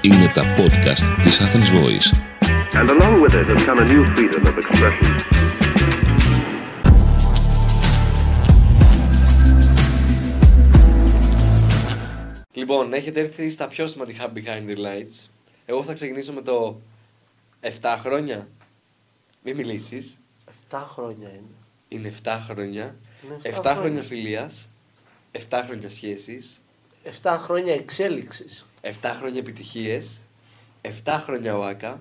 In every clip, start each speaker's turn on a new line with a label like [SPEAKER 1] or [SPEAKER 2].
[SPEAKER 1] Είναι τα podcast της Athens Voice.
[SPEAKER 2] And along with it has come a new freedom of expression.
[SPEAKER 3] Λοιπόν, έχετε έρθει στα πιο σημαντικά behind the lights. Εγώ θα ξεκινήσω με το 7 χρόνια. Μην μιλήσεις.
[SPEAKER 4] 7 χρόνια είναι.
[SPEAKER 3] Είναι 7 χρόνια.
[SPEAKER 4] Είναι
[SPEAKER 3] 7
[SPEAKER 4] εφτά
[SPEAKER 3] χρόνια,
[SPEAKER 4] χρόνια.
[SPEAKER 3] φιλίας. 7 χρόνια σχέσει.
[SPEAKER 4] 7 χρόνια εξέλιξης.
[SPEAKER 3] 7 χρόνια επιτυχίες. 7 χρόνια ΟΑΚΑ.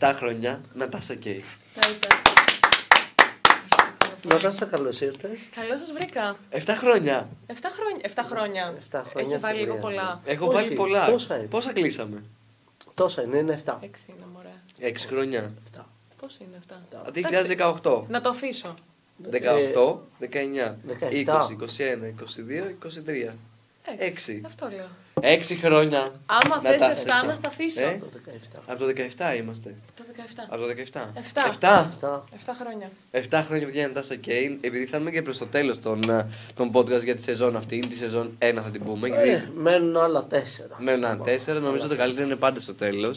[SPEAKER 3] 7 χρόνια Νατάσα Κέι.
[SPEAKER 5] Τα είπα. Ευχαριστώ πάρα
[SPEAKER 4] Να
[SPEAKER 5] πολύ.
[SPEAKER 4] σα καλώς ήρθες.
[SPEAKER 5] Καλώς σας βρήκα.
[SPEAKER 3] 7 χρόνια!
[SPEAKER 5] 7 χρόνια. 7 χρόνια.
[SPEAKER 4] Εφτά χρόνια
[SPEAKER 5] Έχει βάλει λίγο
[SPEAKER 4] φιλία.
[SPEAKER 5] πολλά.
[SPEAKER 3] Έχω
[SPEAKER 4] Όχι,
[SPEAKER 3] βάλει πολλά.
[SPEAKER 4] πόσα είναι.
[SPEAKER 3] κλείσαμε.
[SPEAKER 4] Τόσα είναι, είναι 7.
[SPEAKER 5] 6 είναι μωρέ.
[SPEAKER 3] 6 χρόνια.
[SPEAKER 5] Πώς είναι αυτά.
[SPEAKER 4] Τα-
[SPEAKER 3] Α,
[SPEAKER 5] Εντάξει,
[SPEAKER 3] 2018.
[SPEAKER 5] Να το αφήσω.
[SPEAKER 3] 18,
[SPEAKER 4] Ε,
[SPEAKER 3] 19, 20,
[SPEAKER 4] 17.
[SPEAKER 3] 21, 22, 23. Έξι.
[SPEAKER 5] Αυτό λέω.
[SPEAKER 3] 6 χρόνια.
[SPEAKER 5] Άμα
[SPEAKER 3] Να τα
[SPEAKER 5] θε 7
[SPEAKER 3] έχετε.
[SPEAKER 5] να στα αφήσω.
[SPEAKER 3] Ε.
[SPEAKER 4] Το 17.
[SPEAKER 3] Από το 17 είμαστε.
[SPEAKER 5] Το 17.
[SPEAKER 3] Από το 17.
[SPEAKER 5] Εφτά.
[SPEAKER 3] 7.
[SPEAKER 4] 7.
[SPEAKER 5] 7 χρόνια.
[SPEAKER 3] 7 χρόνια βγαίνει η Νατάσα Κέιν. Επειδή φτάνουμε και προς το τέλος των, ε, των podcast για τη σεζόν αυτή, είναι τη σεζόν 1 θα την πούμε.
[SPEAKER 4] Ε,
[SPEAKER 3] Γιατί
[SPEAKER 4] μένουν άλλα 4.
[SPEAKER 3] μένουν 4. Νομίζω το καλύτερο είναι πάντα στο τέλος.
[SPEAKER 5] Ναι.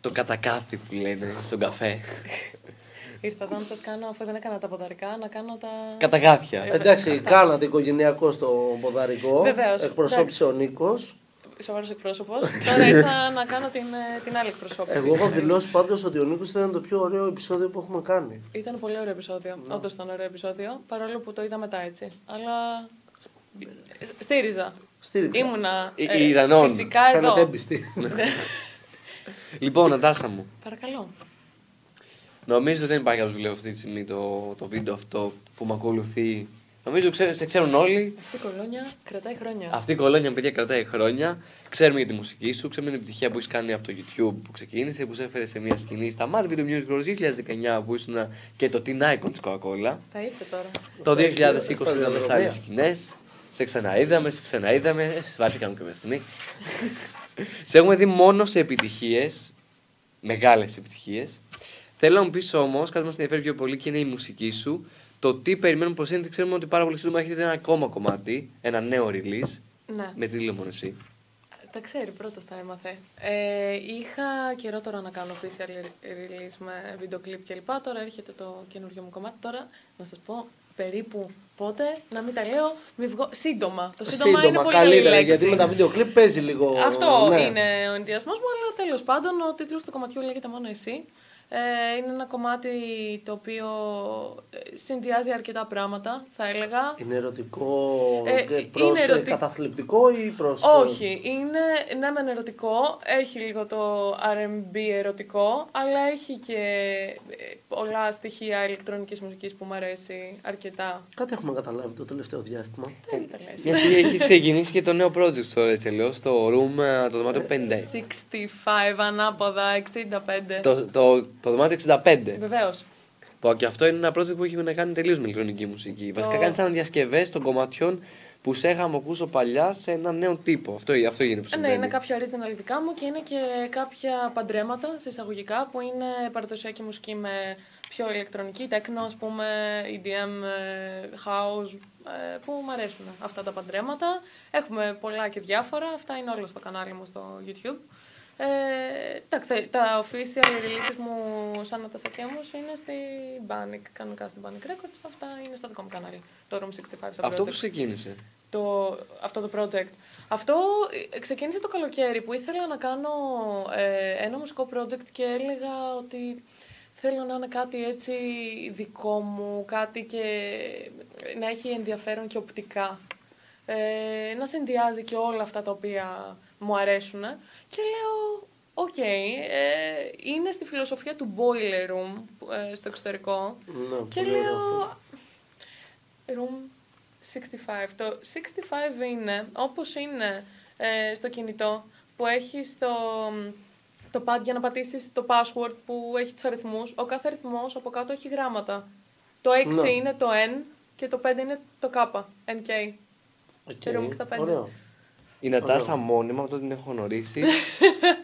[SPEAKER 3] Το κατακάθι που λένε στον καφέ.
[SPEAKER 5] Ήρθα εδώ να σας κάνω, αφού δεν έκανα τα ποδαρικά, να κάνω τα.
[SPEAKER 3] Κατακάθια.
[SPEAKER 5] Ε,
[SPEAKER 4] Εντάξει, κάνατε οικογενειακό στο ποδαρικό.
[SPEAKER 5] Βεβαίως,
[SPEAKER 4] Εκπροσώπησε ο Νίκος.
[SPEAKER 5] Σοβαρός εκπρόσωπος. Τώρα ήρθα να κάνω την, ε, την άλλη εκπροσώπηση.
[SPEAKER 4] Εγώ έχω δηλώσει πάντως ότι ο Νίκος ήταν το πιο ωραίο επεισόδιο που έχουμε κάνει.
[SPEAKER 5] Ήταν πολύ ωραίο επεισόδιο. Ναι. Όντως ήταν ωραίο επεισόδιο. Παρόλο που το είδα μετά έτσι. Αλλά. σ- Στήριζα.
[SPEAKER 4] Ναι. Στήριξα.
[SPEAKER 5] Ήμουνα. ε,
[SPEAKER 3] Ή- ήταν on.
[SPEAKER 5] Φυσικά εδώ.
[SPEAKER 4] Φαίνεται έμπιστη.
[SPEAKER 3] Λοιπόν, Νατάσα μου,
[SPEAKER 5] Παρακαλώ.
[SPEAKER 3] νομίζω ότι δεν υπάρχει κάποιος δουλεύει αυτή τη στιγμή το, το βίντεο αυτό που με ακολουθεί. Νομίζω ξέρ, σε ξέρουν όλοι.
[SPEAKER 5] Αυτή η κολόνια κρατάει χρόνια.
[SPEAKER 3] Αυτή η κολόνια, παιδιά, κρατάει χρόνια. Ξέρουμε για τη μουσική σου, ξέρουμε την επιτυχία που έχεις κάνει από το YouTube που ξεκίνησε, που σε έφερε σε μια σκηνή στα Mad Video Music Awards 2019 που ήσουν ε, και το Teen Icon της Coca-Cola.
[SPEAKER 5] Τα είπε τώρα.
[SPEAKER 3] Το 2020
[SPEAKER 4] Στα
[SPEAKER 3] είδαμε σε άλλε
[SPEAKER 4] διαδρομία.
[SPEAKER 3] σκηνές. Σε ξαναείδαμε, σε ξαναείδαμε. Σβάθηκαμε και με στιγμή. σε έχουμε δει μόνο σε επιτυχίες. Μεγάλες επιτυχίες. Θέλω να μου πεις όμως, κάτι που μας ενδιαφέρει πιο πολύ και είναι η μουσική σου. Το τι περιμένουμε πω είναι, ξέρουμε ότι πάρα πολύ σύντομα έχετε ένα ακόμα κομμάτι, ένα νέο release.
[SPEAKER 5] Ναι.
[SPEAKER 3] Με τίτλο μόνο εσύ.
[SPEAKER 5] Τα ξέρει, πρώτα τα έμαθε. Ε, είχα καιρό τώρα να κάνω official release με βίντεο κλιπ κλπ. Τώρα έρχεται το καινούριο μου κομμάτι. Τώρα να σας πω περίπου πότε, να μην τα λέω, μη βγω... σύντομα. Το σύντομα, είναι πολύ καλή λέξη.
[SPEAKER 4] γιατί με τα βίντεο κλιπ παίζει λίγο.
[SPEAKER 5] Αυτό
[SPEAKER 4] ναι.
[SPEAKER 5] είναι ο ενδιασμός μου, αλλά τέλος πάντων ο τίτλος του κομματιού λέγεται Μόνο Εσύ. Ε, είναι ένα κομμάτι το οποίο ε, συνδυάζει αρκετά πράγματα, θα έλεγα.
[SPEAKER 4] Είναι ερωτικό,
[SPEAKER 5] Ε,
[SPEAKER 4] και
[SPEAKER 5] είναι
[SPEAKER 4] προς, ε,
[SPEAKER 5] ερωτι-
[SPEAKER 4] καταθλιπτικό ή προς... ε,
[SPEAKER 5] Όχι, είναι ναι μεν ερωτικό, έχει λίγο το R&B ερωτικό, αλλά έχει και ε, πολλά στοιχεία ηλεκτρονικής μουσικής που μου αρέσει αρκετά.
[SPEAKER 4] Κάτι έχουμε καταλάβει το τελευταίο διάστημα. Ε,
[SPEAKER 5] Δεν τα λες.
[SPEAKER 3] Μια και έχεις ξεκινήσει και το νέο project τώρα έτσι αλλιώ, το room, ε, το δωμάτιο 5.
[SPEAKER 5] 65 ανάποδα, 65.
[SPEAKER 3] Το, το, το δωμάτιο 65.
[SPEAKER 5] Βεβαίως.
[SPEAKER 3] Που και αυτό είναι ένα project που έχει να κάνει τελείως με ηλεκτρονική μουσική. Βασικά κάνει αναδιασκευέ των κομματιών που σε είχαμε ακούσει παλιά σε έναν νέο τύπο. Αυτό, αυτό γίνεται που
[SPEAKER 5] Ε, Ναι,
[SPEAKER 3] συμβαίνει.
[SPEAKER 5] είναι κάποια original δικά μου και είναι και κάποια παντρέματα, σε εισαγωγικά, που είναι παραδοσιακή μουσική με πιο ηλεκτρονική, τέκνο, ας πούμε, EDM, ε, house, ε, που μου αρέσουν αυτά τα παντρέματα. Έχουμε πολλά και διάφορα, αυτά είναι όλα στο κανάλι μου στο YouTube. Ε, εντάξει, τα official releases μου σαν να τα σακέμους είναι στη Bannic, κανονικά στην Bannic Records, αυτά είναι στο δικό μου κανάλι, το Room 65 σαν
[SPEAKER 3] Αυτό που
[SPEAKER 5] project
[SPEAKER 3] ξεκίνησε.
[SPEAKER 5] το, αυτό το project. Αυτό ε, ξεκίνησε το καλοκαίρι που ήθελα να κάνω ε, ένα μουσικό project και έλεγα ότι θέλω να είναι κάτι έτσι δικό μου, κάτι και να έχει ενδιαφέρον και οπτικά. Ε, να συνδυάζει και όλα αυτά τα οποία μου αρέσουν. Και λέω, οκ, ε, είναι στη φιλοσοφία του boiler room που- ε, στο εξωτερικό.
[SPEAKER 4] Ναι,
[SPEAKER 5] Και
[SPEAKER 4] πολύ ωραίο αυτό.
[SPEAKER 5] λέω. Room 65. Το 65 είναι όπως είναι ε, στο κινητό που έχει το, το pad για να πατήσεις το password που έχει τους αριθμούς. Ο κάθε αριθμός από κάτω έχει γράμματα. Το 6
[SPEAKER 4] Ναι.
[SPEAKER 5] είναι το N και το 5 είναι το K. NK.
[SPEAKER 4] Οκ,
[SPEAKER 5] Θεωρούμε 65.
[SPEAKER 4] Ωραίο.
[SPEAKER 3] Η Νατάσα μόνιμα, από τότε την έχω γνωρίσει,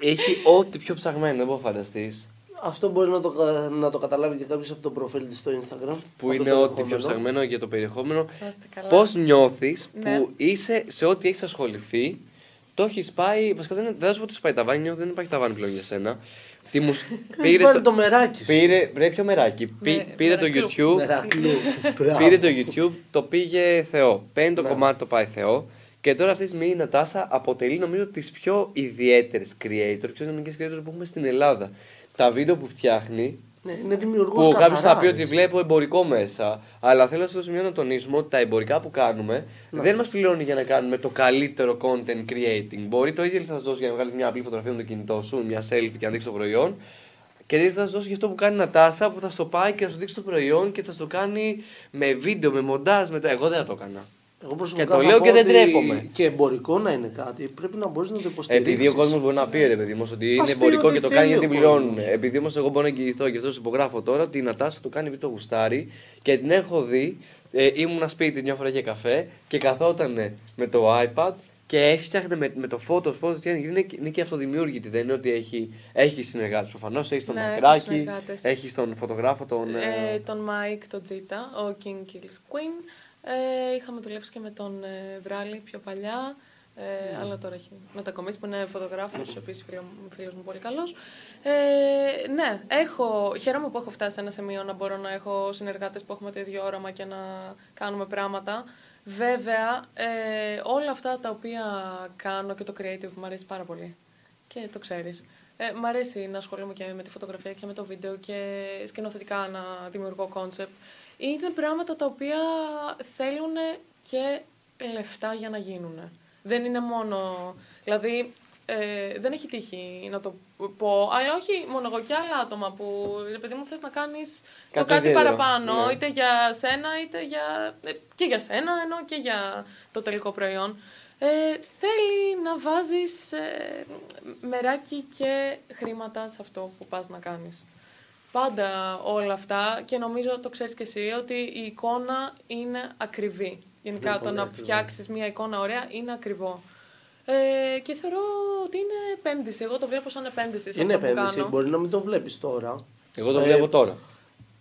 [SPEAKER 3] έχει ό,τι πιο ψαγμένο, δεν μπορώ να φανταστείς.
[SPEAKER 4] Αυτό μπορεί να το, κα- να το καταλάβει και κάποιος από το προφίλ της στο Instagram.
[SPEAKER 3] Που
[SPEAKER 4] από
[SPEAKER 3] είναι
[SPEAKER 4] το
[SPEAKER 3] ό,τι πιο
[SPEAKER 4] περιεχόμενο.
[SPEAKER 3] ψαγμένο για το περιεχόμενο.
[SPEAKER 5] Βάστε καλά.
[SPEAKER 3] Πώς νιώθεις
[SPEAKER 5] Ναι.
[SPEAKER 3] που είσαι σε ό,τι έχεις ασχοληθεί Το έχεις πάει. Βασικά δεν, δεν θα σου πω ότι σου πάει ταβάνι, νιώθω δεν υπάρχει ταβάνι πλέον για σένα. Τη μουσ...
[SPEAKER 4] Πήρε
[SPEAKER 3] πήρε, στο-
[SPEAKER 4] Ε, το μεράκι σου.
[SPEAKER 3] πήρε, ρε, πιο μεράκι. Πή-
[SPEAKER 5] Με-
[SPEAKER 3] πήρε το
[SPEAKER 5] μερακλού.
[SPEAKER 3] YouTube.
[SPEAKER 4] Μερακλού.
[SPEAKER 3] Πήρε
[SPEAKER 4] ναι. Μπράβο.
[SPEAKER 3] το YouTube, το πήγε Θεό. Παίρνει το
[SPEAKER 4] Ναι.
[SPEAKER 3] κομμάτι, το πάει Θεό. Και τώρα αυτή τη στιγμή η Νατάσα αποτελεί νομίζω τις πιο ιδιαίτερες creator, πιο δυναμικέ creator που έχουμε στην Ελλάδα. Τα βίντεο που φτιάχνει,
[SPEAKER 4] Ναι, είναι δημιουργός.
[SPEAKER 3] που κάποιος θα πει ότι βλέπω εμπορικό μέσα, αλλά θέλω στο σημείο να τονίσουμε ότι τα εμπορικά που κάνουμε δεν μας πληρώνει για να κάνουμε το καλύτερο content creating. Μπορεί το ίδιο θα σας δώσει για να βγάλεις μια απλή φωτογραφία με το κινητό σου, μια selfie και να δείξει το προϊόν. Και δεν θα σας δώσει για αυτό που κάνει η Νατάσα που θα στο πάει και θα σου δείξει το προϊόν και θα στο κάνει με βίντεο, με μοντάζ. Με τα... Εγώ δεν θα το έκανα.
[SPEAKER 4] Εγώ προσωπικά
[SPEAKER 3] Και το
[SPEAKER 4] θα
[SPEAKER 3] λέω
[SPEAKER 4] πω
[SPEAKER 3] και δεν
[SPEAKER 4] ότι
[SPEAKER 3] τρέπομαι.
[SPEAKER 4] Και εμπορικό να είναι κάτι, πρέπει να μπορείς να το υποστηρίξεις.
[SPEAKER 3] Επειδή ο κόσμος μπορεί να πει ρε παιδί μου ότι
[SPEAKER 4] Ας
[SPEAKER 3] είναι
[SPEAKER 4] πει
[SPEAKER 3] εμπορικό
[SPEAKER 4] ότι
[SPEAKER 3] και το
[SPEAKER 4] θέλει
[SPEAKER 3] κάνει γιατί
[SPEAKER 4] ο
[SPEAKER 3] πληρώνουν.
[SPEAKER 4] κόσμος.
[SPEAKER 3] Επειδή όμως εγώ μπορώ να εγγυηθώ και αυτό σας υπογράφω τώρα ότι η Νατάσα το κάνει επειδή το γουστάρει και την έχω δει. Ε, ήμουνα σπίτι μια φορά για καφέ και καθόταν με το iPad και έφτιαχνε με, με το photo spot. Είναι, είναι και αυτοδημιούργητη. Δεν είναι ότι έχει, έχει συνεργάτες. Προφανώς έχει τον
[SPEAKER 5] Ναι, έχει
[SPEAKER 3] Μακράκη,
[SPEAKER 5] συνεργάτες.
[SPEAKER 3] έχει τον φωτογράφο τον. ε,
[SPEAKER 5] Ε, τον Μάικ, τον Τζίτα, ο King Kills Queen. Ε, είχαμε δουλέψει και με τον ε, Βράλη πιο παλιά.
[SPEAKER 3] Ναι.
[SPEAKER 5] Ε, Αλλά τώρα έχει μετακομίσει που είναι φωτογράφος, επίση φίλο μου πολύ καλός. Ε, ναι, έχω, χαίρομαι που έχω φτάσει σε ένα σημείο να μπορώ να έχω συνεργάτες που έχουμε το ίδιο όραμα και να κάνουμε πράγματα. Βέβαια, ε, όλα αυτά τα οποία κάνω και το creative μου αρέσει πάρα πολύ. Και το ξέρεις. Ε, μ' αρέσει να ασχολούμαι και με τη φωτογραφία και με το βίντεο και σκηνοθετικά να δημιουργώ κόνσεπτ. Είναι πράγματα τα οποία θέλουν και λεφτά για να γίνουν. Δεν είναι μόνο. Δηλαδή, ε, δεν έχει τύχει να το πω, αλλά όχι μόνο εγώ και άλλα άτομα που ρε παιδί μου θες να κάνεις το
[SPEAKER 3] Κάτι
[SPEAKER 5] κάτι
[SPEAKER 3] ιδιαίτερο,
[SPEAKER 5] παραπάνω,
[SPEAKER 3] ναι.
[SPEAKER 5] είτε για σένα, είτε για. ε, και για σένα, ενώ και για το τελικό προϊόν. Ε, θέλει να βάζεις ε, μεράκι και χρήματα σε αυτό που πας να κάνεις. Πάντα όλα αυτά και νομίζω το ξέρεις και εσύ ότι η εικόνα είναι ακριβή. Γενικά το να φτιάξεις μια εικόνα ωραία είναι ακριβό. Ε, και θεωρώ ότι είναι επένδυση. Εγώ το βλέπω σαν επένδυση σε
[SPEAKER 4] Είναι
[SPEAKER 5] αυτό που
[SPEAKER 4] επένδυση,
[SPEAKER 5] κάνω.
[SPEAKER 4] μπορεί να μην το βλέπεις τώρα.
[SPEAKER 3] εγώ το
[SPEAKER 4] ε,
[SPEAKER 3] βλέπω τώρα.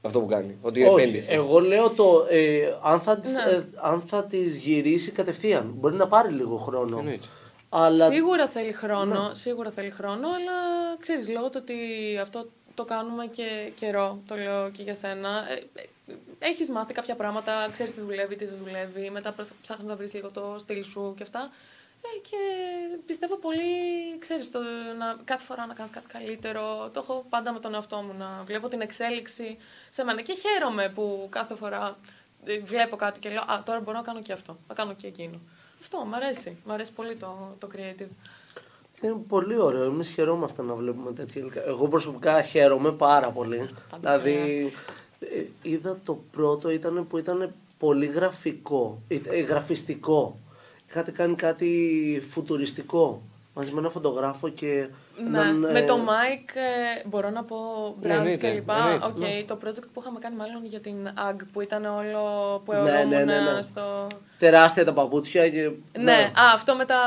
[SPEAKER 3] Αυτό που κάνει. Ότι είναι
[SPEAKER 4] Όχι,
[SPEAKER 3] επένδυση.
[SPEAKER 4] εγώ λέω το ε, αν, θα τις,
[SPEAKER 5] Ναι.
[SPEAKER 4] ε, αν θα τις γυρίσει κατευθείαν. Μπορεί να πάρει λίγο χρόνο.
[SPEAKER 3] Εννοείται.
[SPEAKER 4] Αλλά
[SPEAKER 5] Σίγουρα θέλει χρόνο, σίγουρα θέλει χρόνο, αλλά ξέρεις, λόγω του ότι αυτό το κάνουμε και καιρό, το λέω και για σένα, ε, ε, έχεις μάθει κάποια πράγματα, ξέρεις τι δουλεύει, τι δεν δουλεύει, μετά πρασ- ψάχνεις να βρεις λίγο το στυλ σου και αυτά. Ε, και πιστεύω πολύ, ξέρεις, το, να, κάθε φορά να κάνεις κάτι καλύτερο, το έχω πάντα με τον εαυτό μου, να βλέπω την εξέλιξη σε μένα και χαίρομαι που κάθε φορά ε, βλέπω κάτι και λέω «Α, τώρα μπορώ να κάνω και αυτό, να κάνω και εκείνο». Αυτό, μου αρέσει. Μ' αρέσει πολύ το, το creative.
[SPEAKER 4] είναι πολύ ωραίο. Εμείς χαιρόμαστε να βλέπουμε τέτοια υλικά. Εγώ προσωπικά χαίρομαι πάρα πολύ.
[SPEAKER 5] πάντα
[SPEAKER 4] δηλαδή, ε, είδα το πρώτο ήταν που ήταν πολύ γραφικό, ε, ε, γραφιστικό. Είχατε κάνει κάτι φουτουριστικό μαζί με έναν φωτογράφο και.
[SPEAKER 5] Ναι,
[SPEAKER 4] έναν,
[SPEAKER 5] με
[SPEAKER 4] ε,
[SPEAKER 5] το Mike ε, μπορώ να πω
[SPEAKER 3] Ναι,
[SPEAKER 5] brands
[SPEAKER 3] εννοείται,
[SPEAKER 5] και λοιπά.
[SPEAKER 3] εννοείται,
[SPEAKER 5] Οκ,
[SPEAKER 4] ναι.
[SPEAKER 5] Το project που είχαμε κάνει μάλλον για την AG που ήταν όλο που
[SPEAKER 4] Ναι,
[SPEAKER 5] αιωνόμουν
[SPEAKER 4] ναι, ναι, ναι.
[SPEAKER 5] στο...
[SPEAKER 4] Τεράστια τα παπούτσια και.
[SPEAKER 5] Ναι. α, αυτό με τα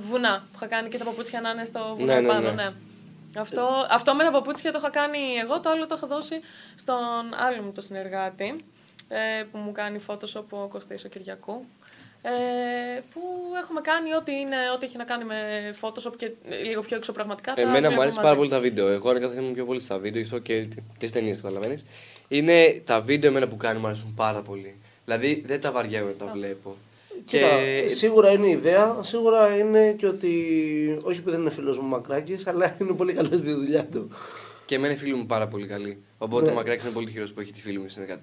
[SPEAKER 5] βουνά που είχα κάνει και τα παπούτσια να είναι στο βουνό
[SPEAKER 3] Ναι, ναι, ναι.
[SPEAKER 5] πάνω, ναι. Αυτό, αυτό με τα παπούτσια το είχα κάνει εγώ, το άλλο το είχα δώσει στον άλλο μου το συνεργάτη ε, που μου κάνει Photoshop ο Κωστής ο Κυριακού. Ε, που έχουμε κάνει ό,τι, είναι, ό,τι έχει να κάνει με Photoshop και ε, λίγο πιο εξωπραγματικά. τα
[SPEAKER 3] Εμένα μου
[SPEAKER 5] βλέπουμε
[SPEAKER 3] αρέσει
[SPEAKER 5] μαζί.
[SPEAKER 3] πάρα πολύ τα βίντεο. Εγώ ανακαταθέμαι πιο πολύ στα βίντεο, ίσως και τις ταινίες, καταλαβαίνεις. Είναι τα βίντεο εμένα που κάνω μου αρέσουν πάρα πολύ. Δηλαδή δεν τα βαριέμαι να τα βλέπω. Και
[SPEAKER 4] Κοίτα, σίγουρα είναι ιδέα, σίγουρα είναι και ότι. Όχι που δεν είναι φίλος μου Μακράκης, αλλά είναι πολύ καλός στη δουλειά του.
[SPEAKER 3] και εμένα οι φίλοι μου πάρα πολύ καλή. Οπότε
[SPEAKER 4] Ναι.
[SPEAKER 3] ο Μακράκης είναι πολύ τυχερό που έχει τη φίλη μου συνεργάτη.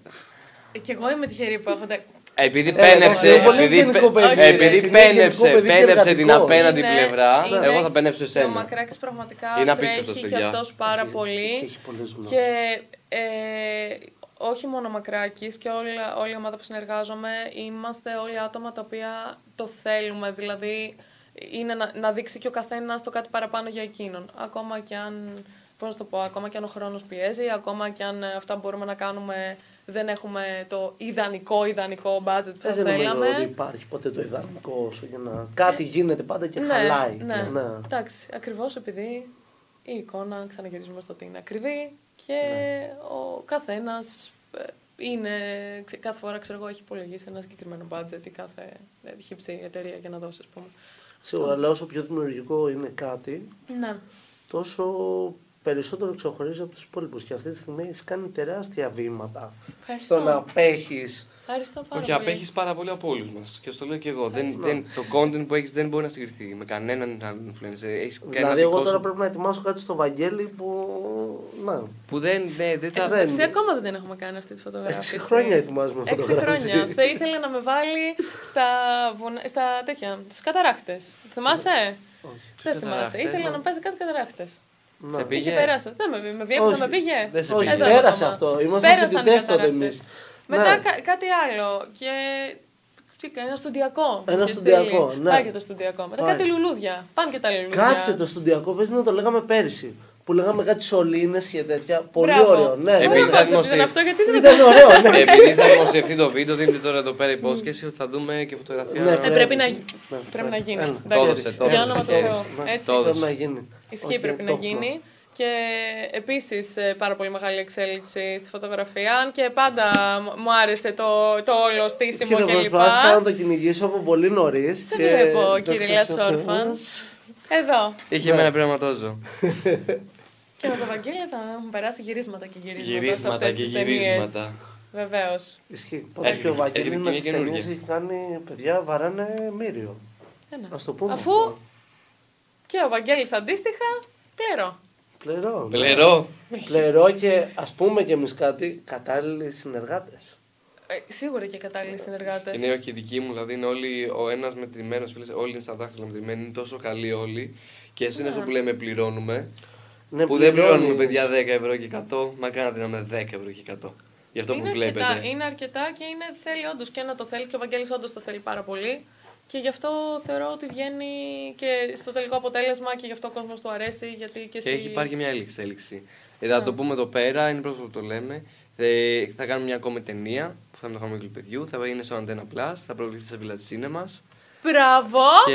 [SPEAKER 5] Ε, Κι εγώ είμαι τυχερή που έχω. τα-
[SPEAKER 3] Επειδή
[SPEAKER 4] Ε, εντάξει,
[SPEAKER 3] πένεψε,
[SPEAKER 4] είναι πολύ
[SPEAKER 3] επειδή,
[SPEAKER 4] γενικό
[SPEAKER 3] πε-
[SPEAKER 4] παιδί,
[SPEAKER 3] επειδή
[SPEAKER 4] είναι γενικό
[SPEAKER 3] πένεψε,
[SPEAKER 4] παιδί και
[SPEAKER 3] πένεψε την
[SPEAKER 4] εργατικός.
[SPEAKER 3] απέναντι
[SPEAKER 5] Είναι-
[SPEAKER 3] πλευρά,
[SPEAKER 5] Ναι, είναι-
[SPEAKER 3] εγώ θα πένεψε
[SPEAKER 5] και Ο
[SPEAKER 3] σένα.
[SPEAKER 5] Μακράκης πραγματικά
[SPEAKER 3] Είναι απίστευτος,
[SPEAKER 5] τρέχει και
[SPEAKER 3] παιδιά.
[SPEAKER 5] αυτός πάρα πολύ.
[SPEAKER 4] και έχει πολλές γνώσεις.
[SPEAKER 5] Και ε, όχι μόνο ο Μακράκης και όλα, όλη η ομάδα που συνεργάζομαι, είμαστε όλοι άτομα τα οποία το θέλουμε. Δηλαδή, είναι να, να δείξει και ο καθένας το κάτι παραπάνω για εκείνον. Ακόμα και αν, πώς να σου το πω, ακόμα και αν ο χρόνος πιέζει, ακόμα και αν ε, αυτά που μπορούμε να κάνουμε δεν έχουμε το ιδανικό, ιδανικό budget που θα
[SPEAKER 4] Δεν νομίζω
[SPEAKER 5] θέλαμε.
[SPEAKER 4] ότι υπάρχει ποτέ το ιδανικό όσο για να. Κάτι γίνεται πάντα και
[SPEAKER 5] Ε, Ναι,
[SPEAKER 4] χαλάει.
[SPEAKER 5] Ναι.
[SPEAKER 4] Ναι.
[SPEAKER 5] Εντάξει, ακριβώς επειδή
[SPEAKER 4] Ναι.
[SPEAKER 5] η εικόνα, ξαναγυρίζουμε στο ότι είναι ακριβή και ο καθένας ε, είναι, ξε- κάθε φορά ξέρω εγώ έχει υπολογίσει ένα συγκεκριμένο budget η κάθε ε, χύψη εταιρεία για να δώσει, ας πούμε.
[SPEAKER 4] Σίγουρα, αλλά όσο πιο δημιουργικό είναι κάτι,
[SPEAKER 5] Ναι.
[SPEAKER 4] τόσο περισσότερο ξεχωρίζει από τους υπόλοιπους. Και αυτή τη στιγμή έχει κάνει τεράστια βήματα
[SPEAKER 5] Ευχαριστώ.
[SPEAKER 4] στο να απέχεις.
[SPEAKER 5] Ευχαριστώ πάρα
[SPEAKER 3] Όχι,
[SPEAKER 5] πολύ.
[SPEAKER 3] απέχεις πάρα πολύ από όλους μας. Και στο λέω και εγώ. Δεν, δεν, το content που έχεις δεν μπορεί να συγκριθεί με κανέναν άλλον influencer. Έχεις κάνει ένα
[SPEAKER 4] Δηλαδή, εγώ
[SPEAKER 3] δικό
[SPEAKER 4] τώρα
[SPEAKER 3] σου
[SPEAKER 4] πρέπει να ετοιμάσω κάτι στο Βαγγέλη που. Να.
[SPEAKER 3] Που δεν. Ναι, δεν τα.
[SPEAKER 4] Ε, δεν-
[SPEAKER 5] Εντάξει, ακόμα δεν την έχουμε κάνει αυτή τη φωτογράφηση.
[SPEAKER 4] Έξι χρόνια ετοιμάζουμε
[SPEAKER 5] Έξι
[SPEAKER 4] φωτογράφηση.
[SPEAKER 5] χρόνια. Θα ήθελε να με βάλει στα, βουνά, στα τέτοια, στου καταράκτε. Θυμάσαι?
[SPEAKER 4] Όχι.
[SPEAKER 5] Δεν θυμάσαι.
[SPEAKER 3] καταράχτες,
[SPEAKER 5] Ήθελε
[SPEAKER 3] ναι.
[SPEAKER 5] να με παίζει κάτι καταράκτε.
[SPEAKER 4] Να.
[SPEAKER 3] Σε
[SPEAKER 5] Είχε
[SPEAKER 3] Πήγε.
[SPEAKER 5] περάσει αυτό. Δεν με, με διέψα,
[SPEAKER 4] Ε, Όχι,
[SPEAKER 5] με πήγε.
[SPEAKER 3] δεν σε
[SPEAKER 5] Εδώ
[SPEAKER 4] Όχι,
[SPEAKER 3] πήγε.
[SPEAKER 5] είμαι
[SPEAKER 4] πέρασε
[SPEAKER 5] ακόμα.
[SPEAKER 4] αυτό. Ήμασταν
[SPEAKER 5] Πέρασαν οι
[SPEAKER 4] φοιτητέ τότε Ναι. εμεί.
[SPEAKER 5] καταράκτες. Μετά κα- κάτι άλλο. Και. τι, Ένα στοντιακό.
[SPEAKER 4] Ένα στοντιακό, ναι.
[SPEAKER 5] Πάει και το στοντιακό. Μετά
[SPEAKER 4] Πάει.
[SPEAKER 5] κάτι λουλούδια. Πάνε και τα λουλούδια.
[SPEAKER 4] Κάτσε το στοντιακό, πες να το λέγαμε πέρυσι. Που λέγαμε κάτι σωλήνες και τέτοια. Πολύ
[SPEAKER 5] Μπράβο.
[SPEAKER 4] ωραίο, ναι.
[SPEAKER 5] Μπορώ
[SPEAKER 3] Επειδή
[SPEAKER 5] να
[SPEAKER 4] ναι.
[SPEAKER 5] πω
[SPEAKER 3] ήταν
[SPEAKER 5] ότι ήταν
[SPEAKER 3] δημοσίευση.
[SPEAKER 5] αυτό γιατί δεν
[SPEAKER 4] Ήταν ωραίο, ναι.
[SPEAKER 3] Επειδή θα δημοσιευτεί το βίντεο, δίνετε τώρα εδώ πέρα υπόσχεση ότι θα δούμε και φωτογραφία.
[SPEAKER 4] Ναι,
[SPEAKER 5] Ε, πρέπει να, γι-
[SPEAKER 4] Ναι,
[SPEAKER 5] πρέπει να γίνει.
[SPEAKER 4] Έλα,
[SPEAKER 5] Εντάξει.
[SPEAKER 3] το έδωσε, το
[SPEAKER 5] Για
[SPEAKER 3] έδωσε,
[SPEAKER 5] όνομα του
[SPEAKER 3] το
[SPEAKER 5] Θεού.
[SPEAKER 3] έδωσε.
[SPEAKER 4] Ναι.
[SPEAKER 5] Έτσι.
[SPEAKER 3] Το
[SPEAKER 4] Πρέπει
[SPEAKER 3] έδωσε.
[SPEAKER 4] να γίνει.
[SPEAKER 5] Ισχύει
[SPEAKER 4] Οκ,
[SPEAKER 5] πρέπει να
[SPEAKER 4] το έχουμε.
[SPEAKER 5] γίνει. Και επίσης ε, πάρα πολύ μεγάλη εξέλιξη στη φωτογραφία. Αν και πάντα μ- μου άρεσε το, το όλο
[SPEAKER 4] Και
[SPEAKER 5] στήσιμο
[SPEAKER 4] το
[SPEAKER 5] κλπ.
[SPEAKER 4] προσπάθησα να το κυνηγήσω από πολύ νωρίς.
[SPEAKER 5] Σε βλέπω, κύριε Λασόρφαν. Εδώ.
[SPEAKER 4] Ναι.
[SPEAKER 3] Είχε με ένα πειραματόζω.
[SPEAKER 5] Και με το Βαγγέλη θα έχουν περάσει γυρίσματα και γυρίσματα. σε
[SPEAKER 3] Γυρίσματα
[SPEAKER 5] αυτές
[SPEAKER 3] και
[SPEAKER 5] τις ταινίες.
[SPEAKER 3] γυρίσματα.
[SPEAKER 5] Βεβαίως.
[SPEAKER 4] Ισχύει. Πάντω
[SPEAKER 3] Έρχεται-
[SPEAKER 4] και ο Βαγγέλης
[SPEAKER 3] έρχεται
[SPEAKER 4] με
[SPEAKER 3] μια
[SPEAKER 4] τις ταινίες
[SPEAKER 3] καινούργια.
[SPEAKER 4] έχει κάνει παιδιά βαράνε μύριο. Ας το πούμε.
[SPEAKER 5] Αφού και ο Βαγγέλης αντίστοιχα, πλέρο.
[SPEAKER 4] Πλερό. ναι.
[SPEAKER 3] Πλερό.
[SPEAKER 4] Πλερό και ας πούμε κι εμείς κάτι κατάλληλοι συνεργάτες.
[SPEAKER 5] Ε, σίγουρα και κατάλληλοι
[SPEAKER 4] Ναι.
[SPEAKER 5] συνεργάτες.
[SPEAKER 3] Είναι όχι δική μου, δηλαδή είναι όλοι ο ένας μετρημένος. Όλοι είναι στα δάχτυλα μετρημένοι. Είναι τόσο καλοί όλοι. Και εσύ είναι αυτό που λέμε πληρώνουμε.
[SPEAKER 4] Ναι,
[SPEAKER 3] που δεν
[SPEAKER 4] πληρώνεις.
[SPEAKER 3] πληρώνουμε παιδιά 10 ευρώ και 100. Μα κάνατε να με 10 ευρώ και 100. Γι' αυτό που
[SPEAKER 5] Αρκετά,
[SPEAKER 3] βλέπετε.
[SPEAKER 5] είναι αρκετά και είναι, θέλει όντως και να το θέλει και ο Βαγγέλης όντως το θέλει πάρα πολύ. Και γι' αυτό θεωρώ ότι βγαίνει και στο τελικό αποτέλεσμα και γι' αυτό ο κόσμος του αρέσει. Γιατί και
[SPEAKER 3] Και
[SPEAKER 5] εσύ.
[SPEAKER 3] έχει υπάρχει μια άλλη εξέλιξη. Ε, θα το πούμε εδώ πέρα, είναι πρώτο που το λέμε. Ε, θα κάνουμε μια ακόμη ταινία που θα είναι το χαμόγελο του παιδιού. Θα είναι στο Antenna Plus, θα προβληθεί σε Village Cinema.
[SPEAKER 5] Μπράβο! Και...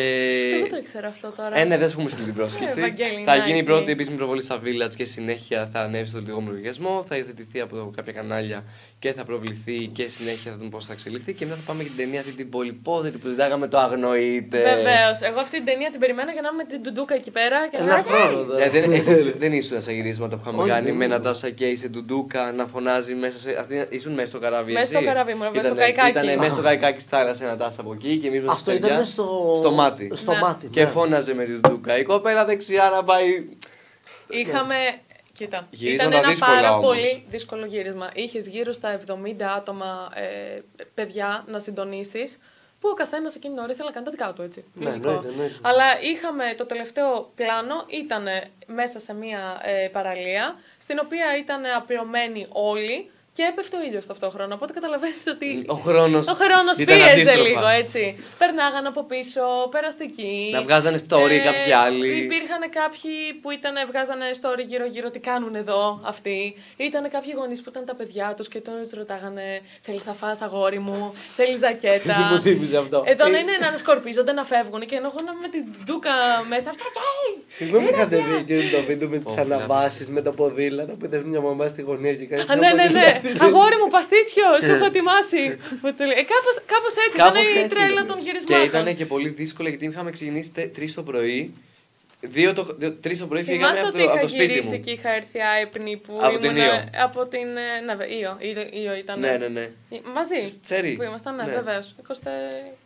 [SPEAKER 3] Και...
[SPEAKER 5] Δεν το ήξερα αυτό τώρα.
[SPEAKER 3] Ε, ναι, δεν σου έχουμε στείλει την πρόσκληση.
[SPEAKER 5] Ε, Βαγγέλη,
[SPEAKER 3] θα
[SPEAKER 5] Νάκη.
[SPEAKER 3] γίνει η πρώτη επίσημη προβολή στα Village και συνέχεια θα ανέβει στο λειτουργικό μου λογαριασμό. Θα υιοθετηθεί από κάποια κανάλια και θα προβληθεί και συνέχεια θα δούμε πώς θα εξελιχθεί. Και μετά θα πάμε και την ταινία αυτή την πολυπόθετη που ζητάγαμε το αγνοείται.
[SPEAKER 5] Βεβαίως. Εγώ αυτή την ταινία την περιμένω για να είμαι με την ντουντούκα εκεί πέρα. Και
[SPEAKER 4] Ένα
[SPEAKER 5] να...
[SPEAKER 4] χρόνο
[SPEAKER 3] Ε, δεν,
[SPEAKER 4] τώρα.
[SPEAKER 3] έχεις, δεν ήσουν στα γυρίσματα που είχαμε
[SPEAKER 4] Όχι,
[SPEAKER 3] κάνει
[SPEAKER 4] δεν
[SPEAKER 3] με ένα
[SPEAKER 4] ήμουν.
[SPEAKER 3] τάσα και είσαι ντουντούκα να φωνάζει μέσα σε. Αυτή, ήσουν μέσα στο καράβι.
[SPEAKER 5] Μέσα
[SPEAKER 3] εσύ.
[SPEAKER 5] στο καράβι ήμουν, μέσα στο
[SPEAKER 3] Ήτανε-
[SPEAKER 5] καϊκάκι.
[SPEAKER 3] Ήτανε μέσα στο καϊκάκι στη θάλασσα ένα τάσα από εκεί και εμείς
[SPEAKER 4] Αυτό ήταν στο...
[SPEAKER 3] στο μάτι.
[SPEAKER 4] Στο
[SPEAKER 5] Ναι.
[SPEAKER 4] μάτι,
[SPEAKER 3] Και
[SPEAKER 4] ναι.
[SPEAKER 3] φώναζε με την ντουντούκα. Η κοπέλα δεξιά να πάει.
[SPEAKER 5] Είχαμε. Κοίτα,
[SPEAKER 3] Γυρίσματα
[SPEAKER 5] ήταν ένα
[SPEAKER 3] δύσκολα
[SPEAKER 5] πάρα
[SPEAKER 3] όμως.
[SPEAKER 5] πολύ δύσκολο γύρισμα. Είχες γύρω στα 70 άτομα ε, παιδιά να συντονίσεις, που ο καθένας εκείνη την ώρα ήθελε να κάνει τα δικά του έτσι.
[SPEAKER 4] Ναι,
[SPEAKER 5] Λογικό.
[SPEAKER 4] εννοείται, εννοείται.
[SPEAKER 5] Αλλά είχαμε το τελευταίο πλάνο, ήταν μέσα σε μία ε, παραλία, στην οποία ήταν απλωμένοι όλοι και έπεφτε ο ήλιος ταυτόχρονα. Οπότε καταλαβαίνεις ότι
[SPEAKER 3] Ο χρόνος.
[SPEAKER 5] ο χρόνος πίεζε λίγο, έτσι. Περνάγαν από πίσω, περαστικοί.
[SPEAKER 3] Να βγάζανε story κάποιοι άλλοι.
[SPEAKER 5] Υπήρχαν κάποιοι που ήταν, βγάζανε story γύρω-γύρω, τι κάνουν εδώ αυτοί. Ήταν κάποιοι γονείς που ήταν τα παιδιά τους και τον ρωτάγανε, Θέλεις να φας αγόρι μου, θέλεις
[SPEAKER 4] Τι
[SPEAKER 5] ζακέτα.
[SPEAKER 4] μου θύμιζε αυτό.
[SPEAKER 5] Εδώ να
[SPEAKER 4] Ε,
[SPEAKER 5] είναι να σκορπίζονται, να φεύγουν και ενώ εγώ να είμαι με την ντούκα μέσα. Αυτά, «Γεια!»
[SPEAKER 4] Συγγνώμη, είχατε δει εκείνο το βίντεο με τις
[SPEAKER 3] Ω,
[SPEAKER 4] αναβάσεις, με τα ποδήλατα που ήταν μια μαμά στη γωνία και κάτι.
[SPEAKER 5] Α, ναι, ναι, ναι. Αγόρι μου, παστίτσιος, σου έχω ετοιμάσει. Μου το λέει. Ε, κάπως- κάπως έτσι ήταν
[SPEAKER 3] Κάπως
[SPEAKER 5] η
[SPEAKER 3] έτσι
[SPEAKER 5] τρέλα
[SPEAKER 3] ήταν.
[SPEAKER 5] των
[SPEAKER 3] Και
[SPEAKER 5] γυρισμάτων.
[SPEAKER 3] ήταν και πολύ δύσκολο γιατί είχαμε ξεκινήσει 3 το πρωί. 3 το, δύο- τρεις το πρωί φύγαμε
[SPEAKER 5] Θυμάσαι
[SPEAKER 3] από
[SPEAKER 5] ότι
[SPEAKER 3] το, από
[SPEAKER 5] είχα
[SPEAKER 3] το σπίτι
[SPEAKER 5] γυρίσει
[SPEAKER 3] μου.
[SPEAKER 5] και είχα έρθει άϊπνη που
[SPEAKER 3] Από την
[SPEAKER 5] ήμουνα-
[SPEAKER 3] Ήο.
[SPEAKER 5] Από την... ε, Ναι, βε- Ήο, Ήο, Ήο ήταν. Ε,
[SPEAKER 3] Ναι, ναι, ναι.
[SPEAKER 5] Μαζί.
[SPEAKER 3] Στη Τσέρι.
[SPEAKER 5] Που ήμασταν, ναι,
[SPEAKER 3] Ναι.
[SPEAKER 5] βεβαίως. 20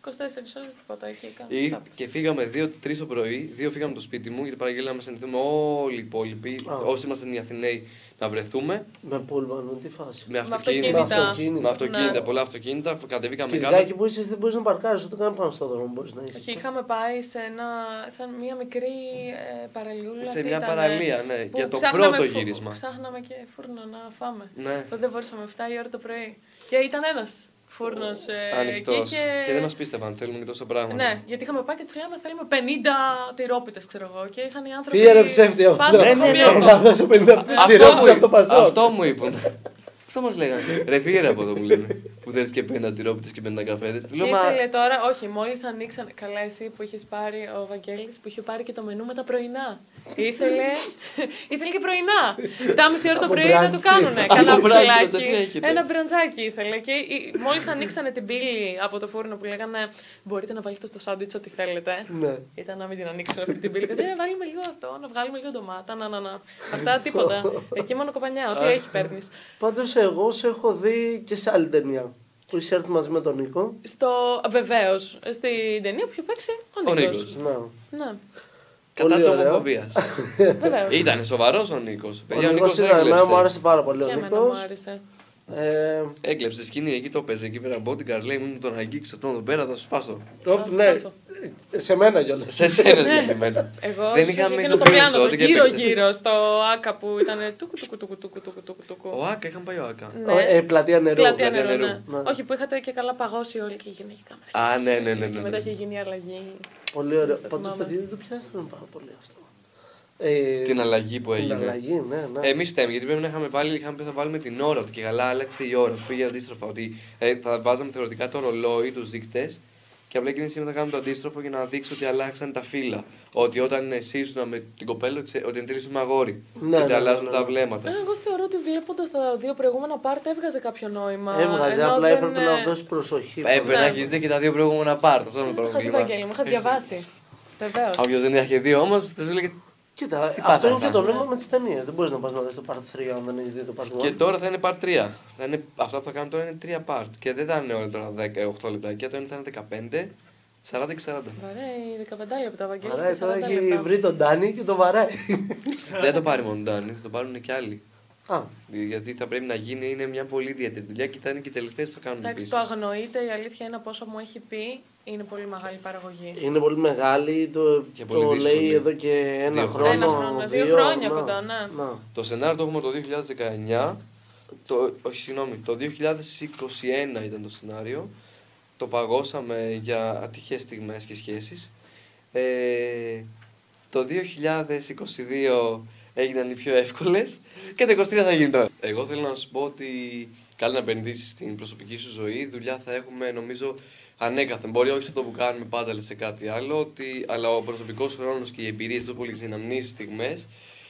[SPEAKER 5] 24 ώρες τίποτα εκεί. κάπου.
[SPEAKER 3] Ή- Και φύγαμε 2-3 το πρωί, 2 φύγαμε από το σπίτι μου γιατί παραγγείλαμε να συνηθούμε όλοι οι υπόλοιποι,
[SPEAKER 4] Α.
[SPEAKER 3] όσοι ήμασταν οι Αθηναίοι, να βρεθούμε.
[SPEAKER 4] Με πούλμαν, με τι φάση.
[SPEAKER 3] Με
[SPEAKER 5] Με
[SPEAKER 3] αυτοκίνητα.
[SPEAKER 5] αυτοκίνητα.
[SPEAKER 4] Με αυτοκίνητα.
[SPEAKER 3] Με αυτοκίνητα,
[SPEAKER 5] Ναι.
[SPEAKER 3] πολλά αυτοκίνητα. Κατεβήκαμε
[SPEAKER 4] Κυριακάκι
[SPEAKER 3] κάτω.
[SPEAKER 4] που είσαι δεν μπορείς να παρκάρεις, ούτε καν πάνω στο δρόμο μπορείς να
[SPEAKER 5] Όχι,
[SPEAKER 4] είσαι.
[SPEAKER 5] είχαμε πάει σε ένα, σαν μία μικρή ε, παραλιούλα.
[SPEAKER 3] Σε
[SPEAKER 5] τι
[SPEAKER 3] μια
[SPEAKER 5] ήτανε,
[SPEAKER 3] παραλία, ναι,
[SPEAKER 5] που
[SPEAKER 3] για το
[SPEAKER 5] ψάχναμε
[SPEAKER 3] πρώτο
[SPEAKER 5] φου-
[SPEAKER 3] γύρισμα.
[SPEAKER 5] Ψάχναμε και φούρνο να φάμε.
[SPEAKER 3] Ναι.
[SPEAKER 5] Τότε δεν μπορούσαμε 7 η ώρα το πρωί. Και ήταν ένας φούρνος ε,
[SPEAKER 3] Ανοιχτός.
[SPEAKER 5] εκεί και...
[SPEAKER 3] Και δεν μας πίστευαν, θέλουμε και τόσα πράγματα.
[SPEAKER 5] Ναι, γιατί είχαμε πάει και τους λέγαμε θέλουμε 50 τυρόπιτες, ξέρω εγώ. Και είχαν οι άνθρωποι.
[SPEAKER 4] Φύγερε ψεύτη
[SPEAKER 5] Πάθος
[SPEAKER 4] αυτό.
[SPEAKER 3] Ναι, ναι, ναι.
[SPEAKER 5] χομοιόκο.
[SPEAKER 4] Θα δώσω 50
[SPEAKER 3] Αυτό μου,
[SPEAKER 4] τυρόπιτα από το
[SPEAKER 3] είπαν.
[SPEAKER 4] παζό.
[SPEAKER 3] αυτό μου είπαν. Αυτό μας λέγανε. Ρε φύγε ρε από εδώ μου λένε. Που δεν και 50 τυρόπιτες και 50 καφέδε. Του
[SPEAKER 5] Και
[SPEAKER 3] λέω μα.
[SPEAKER 5] ήθελε τώρα, όχι, μόλις ανοίξαν. Καλά, εσύ που είχε πάρει ο Βαγγέλης που είχε πάρει και το μενού με τα πρωινά. Ήθελε, ήθελε και πρωινά. Τα μισή ώρα το
[SPEAKER 4] Από
[SPEAKER 5] πρωί να
[SPEAKER 4] brunch
[SPEAKER 5] του
[SPEAKER 4] τι?
[SPEAKER 5] κάνουνε.
[SPEAKER 3] Από
[SPEAKER 5] Κανένα
[SPEAKER 3] brunch,
[SPEAKER 5] μπουκαλάκι.
[SPEAKER 3] μπραντζάκι έχετε.
[SPEAKER 5] Ένα μπραντζάκι ήθελε. Και μόλις ανοίξανε την πύλη από το φούρνο που λέγανε Μπορείτε να βάλετε στο σάντουιτ ό,τι θέλετε.
[SPEAKER 4] Ναι.
[SPEAKER 5] Ήταν να μην την ανοίξουν αυτή την πύλη. Και να βάλουμε λίγο αυτό, να βγάλουμε λίγο ντομάτα. Να, να, να. Αυτά τίποτα. Εκεί μόνο κοπανιά, ό,τι έχει παίρνεις.
[SPEAKER 4] Πάντως εγώ σε έχω δει και σε άλλη ταινία. Που είσαι έρθει μαζί με τον Νίκο.
[SPEAKER 5] Στο. Βεβαίως. Στην ταινία που είχε παίξει ο
[SPEAKER 3] Ο
[SPEAKER 5] Νίκος.
[SPEAKER 3] Νίκος.
[SPEAKER 4] Ναι.
[SPEAKER 5] Ναι,
[SPEAKER 3] Κατά
[SPEAKER 4] Πολύ
[SPEAKER 3] τη
[SPEAKER 4] ωραίο.
[SPEAKER 3] ομοφοβία.
[SPEAKER 5] βεβαίω.
[SPEAKER 3] Ήταν σοβαρός ο Νίκος.
[SPEAKER 4] Ο Νίκος ήταν, εμένα μου άρεσε πάρα πολύ
[SPEAKER 5] Και
[SPEAKER 4] ο
[SPEAKER 5] εμένα μου
[SPEAKER 4] Νίκο.
[SPEAKER 5] άρεσε.
[SPEAKER 4] Ε,
[SPEAKER 3] Έκλεψε σκηνή, εκεί το παίζει. Εκεί πέρα μπότιγκαρ λέει μου τον αγγίξει αυτόν εδώ πέρα, θα σου σπάσω.
[SPEAKER 4] όπ,
[SPEAKER 5] Άσο,
[SPEAKER 4] ναι,
[SPEAKER 5] άσο.
[SPEAKER 4] σε μένα κιόλας.
[SPEAKER 3] Σε σένα συγκεκριμένα.
[SPEAKER 4] Ε,
[SPEAKER 5] Εγώ
[SPEAKER 3] Δεν
[SPEAKER 5] δεν
[SPEAKER 3] είχαμε
[SPEAKER 5] είχαμε το
[SPEAKER 3] ειδοποιήσει
[SPEAKER 5] πιάνο το
[SPEAKER 3] ότι και
[SPEAKER 5] γύρω
[SPEAKER 3] έπαιξε.
[SPEAKER 5] γύρω στο άκα που ήταν τούκου τούκου τούκου τούκου τούκου τούκου τούκου. Ναι.
[SPEAKER 3] Ο Άκα, είχαν πάει ο Άκα.
[SPEAKER 4] Ε, πλατεία νερού.
[SPEAKER 5] Πλατεία
[SPEAKER 3] πλατεία
[SPEAKER 5] νερού, ναι.
[SPEAKER 3] νερού.
[SPEAKER 4] Ναι.
[SPEAKER 5] Όχι που είχατε και καλά παγώσει όλοι και έγινε και η κάμερα.
[SPEAKER 3] Α, ναι, ναι, ναι.
[SPEAKER 5] Και
[SPEAKER 3] ναι,
[SPEAKER 5] μετά
[SPEAKER 3] ναι.
[SPEAKER 5] είχε γίνει η αλλαγή.
[SPEAKER 4] Πολύ ωραίο.
[SPEAKER 5] Το
[SPEAKER 4] Πάντω
[SPEAKER 5] θυμάμαι.
[SPEAKER 4] παιδιά δεν το πιάσαμε πάρα πολύ αυτό. Ε,
[SPEAKER 3] Την αλλαγή που
[SPEAKER 4] Την
[SPEAKER 3] έγινε. Ε,
[SPEAKER 4] αλλαγή, ναι, ναι.
[SPEAKER 3] Εμείς φταίμε, γιατί πρέπει να είχαμε πάλι, είχαμε πει θα βάλουμε την ώρα ότι και καλά άλλαξε η ώρα. Πήγε αντίστροφα. Ότι ε, θα βάζαμε θεωρητικά το ρολόι, τους δείκτες και απλά εκείνη τη στιγμή θα κάνουμε το αντίστροφο για να δείξει ότι αλλάξαν τα φύλλα. Ότι όταν εσύ ήσουν με την κοπέλα, ξέ, ότι εν τέλει ήσουν αγόρι.
[SPEAKER 4] Ναι,
[SPEAKER 3] και
[SPEAKER 4] ναι,
[SPEAKER 3] ότι
[SPEAKER 4] ναι,
[SPEAKER 3] αλλάζουν
[SPEAKER 4] ναι, ναι.
[SPEAKER 3] τα βλέμματα.
[SPEAKER 5] Ε, Εγώ θεωρώ ότι βλέποντας τα δύο προηγούμενα πάρτα έβγαζε κάποιο νόημα.
[SPEAKER 4] Έβγαζε,
[SPEAKER 5] ενώ
[SPEAKER 4] απλά
[SPEAKER 5] δεν,
[SPEAKER 4] έπρεπε
[SPEAKER 5] ε,
[SPEAKER 4] να δώσει προσοχή.
[SPEAKER 3] Έπρεπε να
[SPEAKER 5] ναι.
[SPEAKER 3] έχεις δει και τα δύο προηγούμενα πάρτα. Αυτό είναι
[SPEAKER 5] δεν
[SPEAKER 3] το
[SPEAKER 5] το Είχα δει,
[SPEAKER 3] πρόβλημα.
[SPEAKER 5] Βαγγέλη, μου είχα διαβάσει. Βεβαίως.
[SPEAKER 3] Όποιος δεν είχε δει όμως, θα σου έλεγε.
[SPEAKER 4] Κοίτα,
[SPEAKER 3] Τι πάτα
[SPEAKER 4] αυτό είναι και
[SPEAKER 3] θα
[SPEAKER 4] το
[SPEAKER 3] είναι.
[SPEAKER 4] νόημα με τις ταινίες. Δεν μπορείς να πας να δεις το Part 3 αν δεν έχεις δει το Part 1.
[SPEAKER 3] Και τώρα θα είναι part 3. Θα είναι, αυτά που θα κάνουμε τώρα είναι 3 part. Και δεν θα είναι όλα τώρα 18 λεπτάκια, το ένα θα είναι 15, 40 και 40.
[SPEAKER 5] Βαρέει 15 λεπτά, Βαγγέλη.
[SPEAKER 4] Βαράει,
[SPEAKER 5] στα 40
[SPEAKER 4] τώρα έχει
[SPEAKER 5] λεπτά.
[SPEAKER 4] βρει τον Ντάνι και τον βαράει.
[SPEAKER 3] Δεν το πάρει μόνο Ντάνι, θα το πάρουν και άλλοι.
[SPEAKER 4] Α,
[SPEAKER 3] Γιατί θα πρέπει να γίνει, είναι μια πολύ ιδιαίτερη δουλειά και θα είναι και οι τελευταίες που θα κάνουν.
[SPEAKER 5] Εντάξει, το
[SPEAKER 3] επίσης.
[SPEAKER 5] αγνοείται. Η αλήθεια είναι από όσο μου έχει πει, είναι πολύ μεγάλη παραγωγή.
[SPEAKER 4] είναι πολύ μεγάλη. Το,
[SPEAKER 3] Και
[SPEAKER 4] το
[SPEAKER 3] πολύ δύσκολη.
[SPEAKER 4] λέει εδώ και ένα
[SPEAKER 3] Δύο χρόνια.
[SPEAKER 4] χρόνο.
[SPEAKER 5] Ένα χρόνο, δύο χρόνια κοντά, ναι.
[SPEAKER 4] Να.
[SPEAKER 3] Το σενάριο το έχουμε το 2019. Το, όχι, συγγνώμη, το 2021 ήταν το σενάριο. Το παγώσαμε για ατυχές στιγμές και σχέσεις. Ε, το 2022 έγιναν οι πιο εύκολες και το 23 θα γίνει τώρα. Εγώ θέλω να σου πω ότι καλή να επενδύσεις στην προσωπική σου ζωή. Δουλειά θα έχουμε νομίζω ανέκαθεν. Μπορεί όχι σε αυτό που κάνουμε πάντα αλλά σε κάτι άλλο, ότι, αλλά ο προσωπικός χρόνος και οι εμπειρίες του που οι συναμνήσεις στιγμές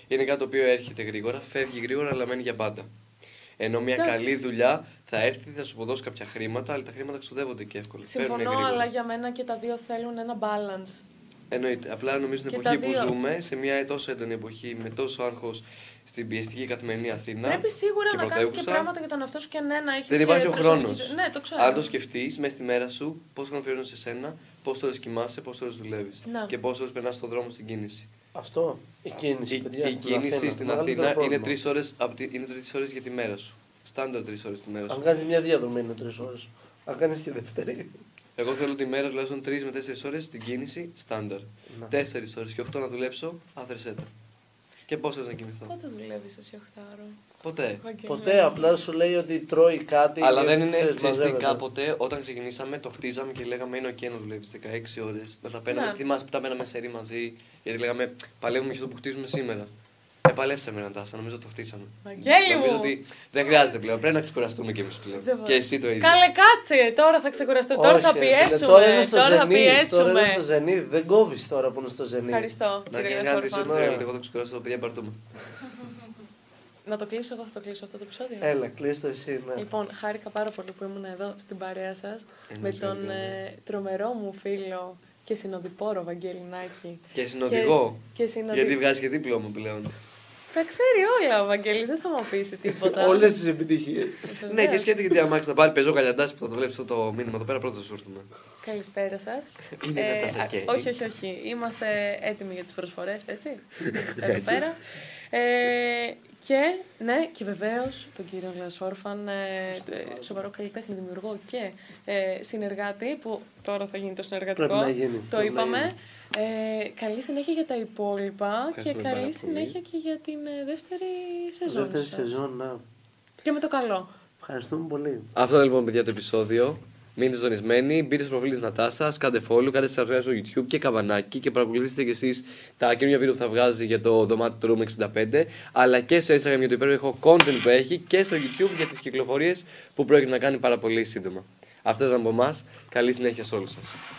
[SPEAKER 3] είναι κάτι το οποίο έρχεται γρήγορα, φεύγει γρήγορα αλλά μένει για πάντα. Ενώ μια
[SPEAKER 5] Εντάξει.
[SPEAKER 3] καλή δουλειά θα έρθει, θα σου αποδώσει κάποια χρήματα, αλλά τα χρήματα ξοδεύονται και εύκολα. Φεύγουν
[SPEAKER 5] Συμφωνώ,
[SPEAKER 3] γρήγορα.
[SPEAKER 5] αλλά για μένα και τα δύο θέλουν ένα balance.
[SPEAKER 3] Εννοείται. Απλά νομίζω την
[SPEAKER 5] Και
[SPEAKER 3] εποχή
[SPEAKER 5] τα
[SPEAKER 3] που
[SPEAKER 5] δύο.
[SPEAKER 3] ζούμε, σε μια τόσο έντονη εποχή, με τόσο άγχος στην πιεστική καθημερινή Αθήνα.
[SPEAKER 5] Πρέπει σίγουρα
[SPEAKER 3] και
[SPEAKER 5] να κάνεις και
[SPEAKER 3] πρωτεύουσα,
[SPEAKER 5] πράγματα για τον εαυτό σου και ναι, να έχεις
[SPEAKER 3] Δεν υπάρχει ο χρόνο.
[SPEAKER 5] Ναι, το ξέρω.
[SPEAKER 3] Αν το σκεφτείς μέσα στη μέρα σου, πώς χρόνο αφιερώνει σε σένα, πόσε ώρε κοιμάσαι, πόσε ώρε δουλεύει
[SPEAKER 5] Ναι.
[SPEAKER 3] και πόσες ώρες περνάς στον δρόμο στην κίνηση.
[SPEAKER 4] Αυτό. Η κίνηση,
[SPEAKER 3] η,
[SPEAKER 4] παιδιά,
[SPEAKER 3] η
[SPEAKER 4] στην
[SPEAKER 3] κίνηση
[SPEAKER 4] Αθήνα.
[SPEAKER 3] στην
[SPEAKER 4] Μεγαλύτερο
[SPEAKER 3] Αθήνα είναι
[SPEAKER 4] πρόβλημα.
[SPEAKER 3] τρεις ώρες ώρες για τη μέρα σου. Στάνταρ τρεις ώρες τη μέρα σου.
[SPEAKER 4] Αν κάνεις μια διαδρομή είναι τρεις ώρες. Αν κάνεις και δεύτερη.
[SPEAKER 3] Εγώ θέλω τη μέρα τουλάχιστον 3 με 4 ώρε στην κίνηση στάνταρ. 4 ώρες και 8 να δουλέψω, άθρεσέτα. Και πόσε να κοιμηθώ.
[SPEAKER 5] Πότε δουλεύεις εσύ 8 ώρα.
[SPEAKER 3] Ποτέ.
[SPEAKER 5] Βαγγέλη.
[SPEAKER 4] Ποτέ απλά σου λέει ότι τρώει κάτι.
[SPEAKER 3] Αλλά
[SPEAKER 4] και
[SPEAKER 3] δεν είναι
[SPEAKER 4] ξέρεις,
[SPEAKER 3] ξέρεις,
[SPEAKER 4] μαζεύεται.
[SPEAKER 3] κάποτε όταν ξεκινήσαμε το χτίζαμε και λέγαμε είναι OK να δουλεύεις 16 ώρες. Να τα παίρναμε.
[SPEAKER 5] Ναι.
[SPEAKER 3] Θυμάσαι που τα παίρναμε σε ρί μαζί. Γιατί λέγαμε παλεύουμε για αυτό που χτίζουμε σήμερα. Ε, παλέψαμε να τάσα, νομίζω το χτίσαμε.
[SPEAKER 5] Βαγγέλη
[SPEAKER 3] Νομίζω
[SPEAKER 5] μου!
[SPEAKER 3] ότι δεν χρειάζεται πλέον. Πρέπει να ξεκουραστούμε κι εμείς
[SPEAKER 5] Δεν
[SPEAKER 3] πλέον.
[SPEAKER 5] μπορώ.
[SPEAKER 3] Και εσύ το ίδιο.
[SPEAKER 5] Καλέ, κάτσε! Τώρα θα ξεκουραστώ. Τώρα θα
[SPEAKER 4] Όχι, ρε φίλε,
[SPEAKER 5] πιέσουμε.
[SPEAKER 4] Τώρα είναι στο
[SPEAKER 5] θα
[SPEAKER 4] ζενή. Τώρα
[SPEAKER 5] πιέσουμε.
[SPEAKER 4] είναι στο ζενή. Δεν κόβεις τώρα που είναι στο ζενή.
[SPEAKER 5] Ευχαριστώ,
[SPEAKER 3] Να
[SPEAKER 5] κύριε
[SPEAKER 3] κάνετε ό,τι
[SPEAKER 5] Σόρφα.
[SPEAKER 4] Ναι.
[SPEAKER 3] θέλετε. Εγώ θα ξεκουράσω τα παιδιά μπαρτούμε.
[SPEAKER 5] Να το κλείσω, εγώ θα το κλείσω αυτό το επεισόδιο.
[SPEAKER 4] Έλα, κλείστο εσύ. Ναι.
[SPEAKER 5] Λοιπόν, χάρηκα πάρα πολύ που ήμουν εδώ στην παρέα σας με
[SPEAKER 3] Εμείς,
[SPEAKER 5] τον
[SPEAKER 3] Βαγγέλη.
[SPEAKER 5] ε, τρομερό μου φίλο και συνοδοιπόρο Βαγγέλη Νάκη.
[SPEAKER 3] Και συνοδηγό.
[SPEAKER 5] Και, και συνοδη-
[SPEAKER 3] Γιατί βγάζει και δίπλωμα πλέον.
[SPEAKER 5] Τα ξέρει όλα ο Βαγγέλης, δεν θα μου πείσει τίποτα.
[SPEAKER 4] Όλες τις επιτυχίες.
[SPEAKER 5] Βεβαίως.
[SPEAKER 3] Ναι, και σκέφτεται γιατί αμάξι να πάρει πεζό καλιαντά που θα το βλέπεις αυτό το μήνυμα εδώ πέρα πρώτα σου έρθουμε.
[SPEAKER 5] Καλησπέρα σας.
[SPEAKER 3] Είναι ένα τασακέ.
[SPEAKER 5] Όχι, όχι, όχι. Είμαστε έτοιμοι για τις προσφορές, έτσι. Εδώ πέρα. Ε, και, ναι, και βεβαίως τον κύριο Λασόρφαν, ε, το- ε, σοβαρό καλλιτέχνη, δημιουργό και ε, συνεργάτη, που τώρα θα γίνει το συνεργατικό.
[SPEAKER 4] Πρέπει να γίνει,
[SPEAKER 5] Το
[SPEAKER 4] πρέπει να
[SPEAKER 5] είπαμε. Ε, καλή συνέχεια για τα υπόλοιπα και
[SPEAKER 3] Ευχαριστούμε πάρα
[SPEAKER 5] καλή
[SPEAKER 3] πολύ.
[SPEAKER 5] συνέχεια και για την ε, δεύτερη σεζόν.
[SPEAKER 4] Δεύτερη
[SPEAKER 5] σας.
[SPEAKER 4] σεζόν, ναι.
[SPEAKER 5] Και με το καλό.
[SPEAKER 4] Ευχαριστούμε πολύ.
[SPEAKER 3] Αυτό ήταν λοιπόν, παιδιά, το επεισόδιο. Μείνετε συντονισμένοι, μπείτε στο προφίλ της Νατάσα, κάντε follow, κάντε subscribe στο YouTube και καβανάκι και παρακολουθήστε κι εσείς τα καινούργια βίντεο που θα βγάζει για το δωμάτιο του Room 65, αλλά και στο Instagram για το υπέροχο content που έχει και στο YouTube για τις κυκλοφορίες που πρόκειται να κάνει πάρα πολύ σύντομα. Αυτό ήταν από εμάς. Καλή συνέχεια σε όλους σας.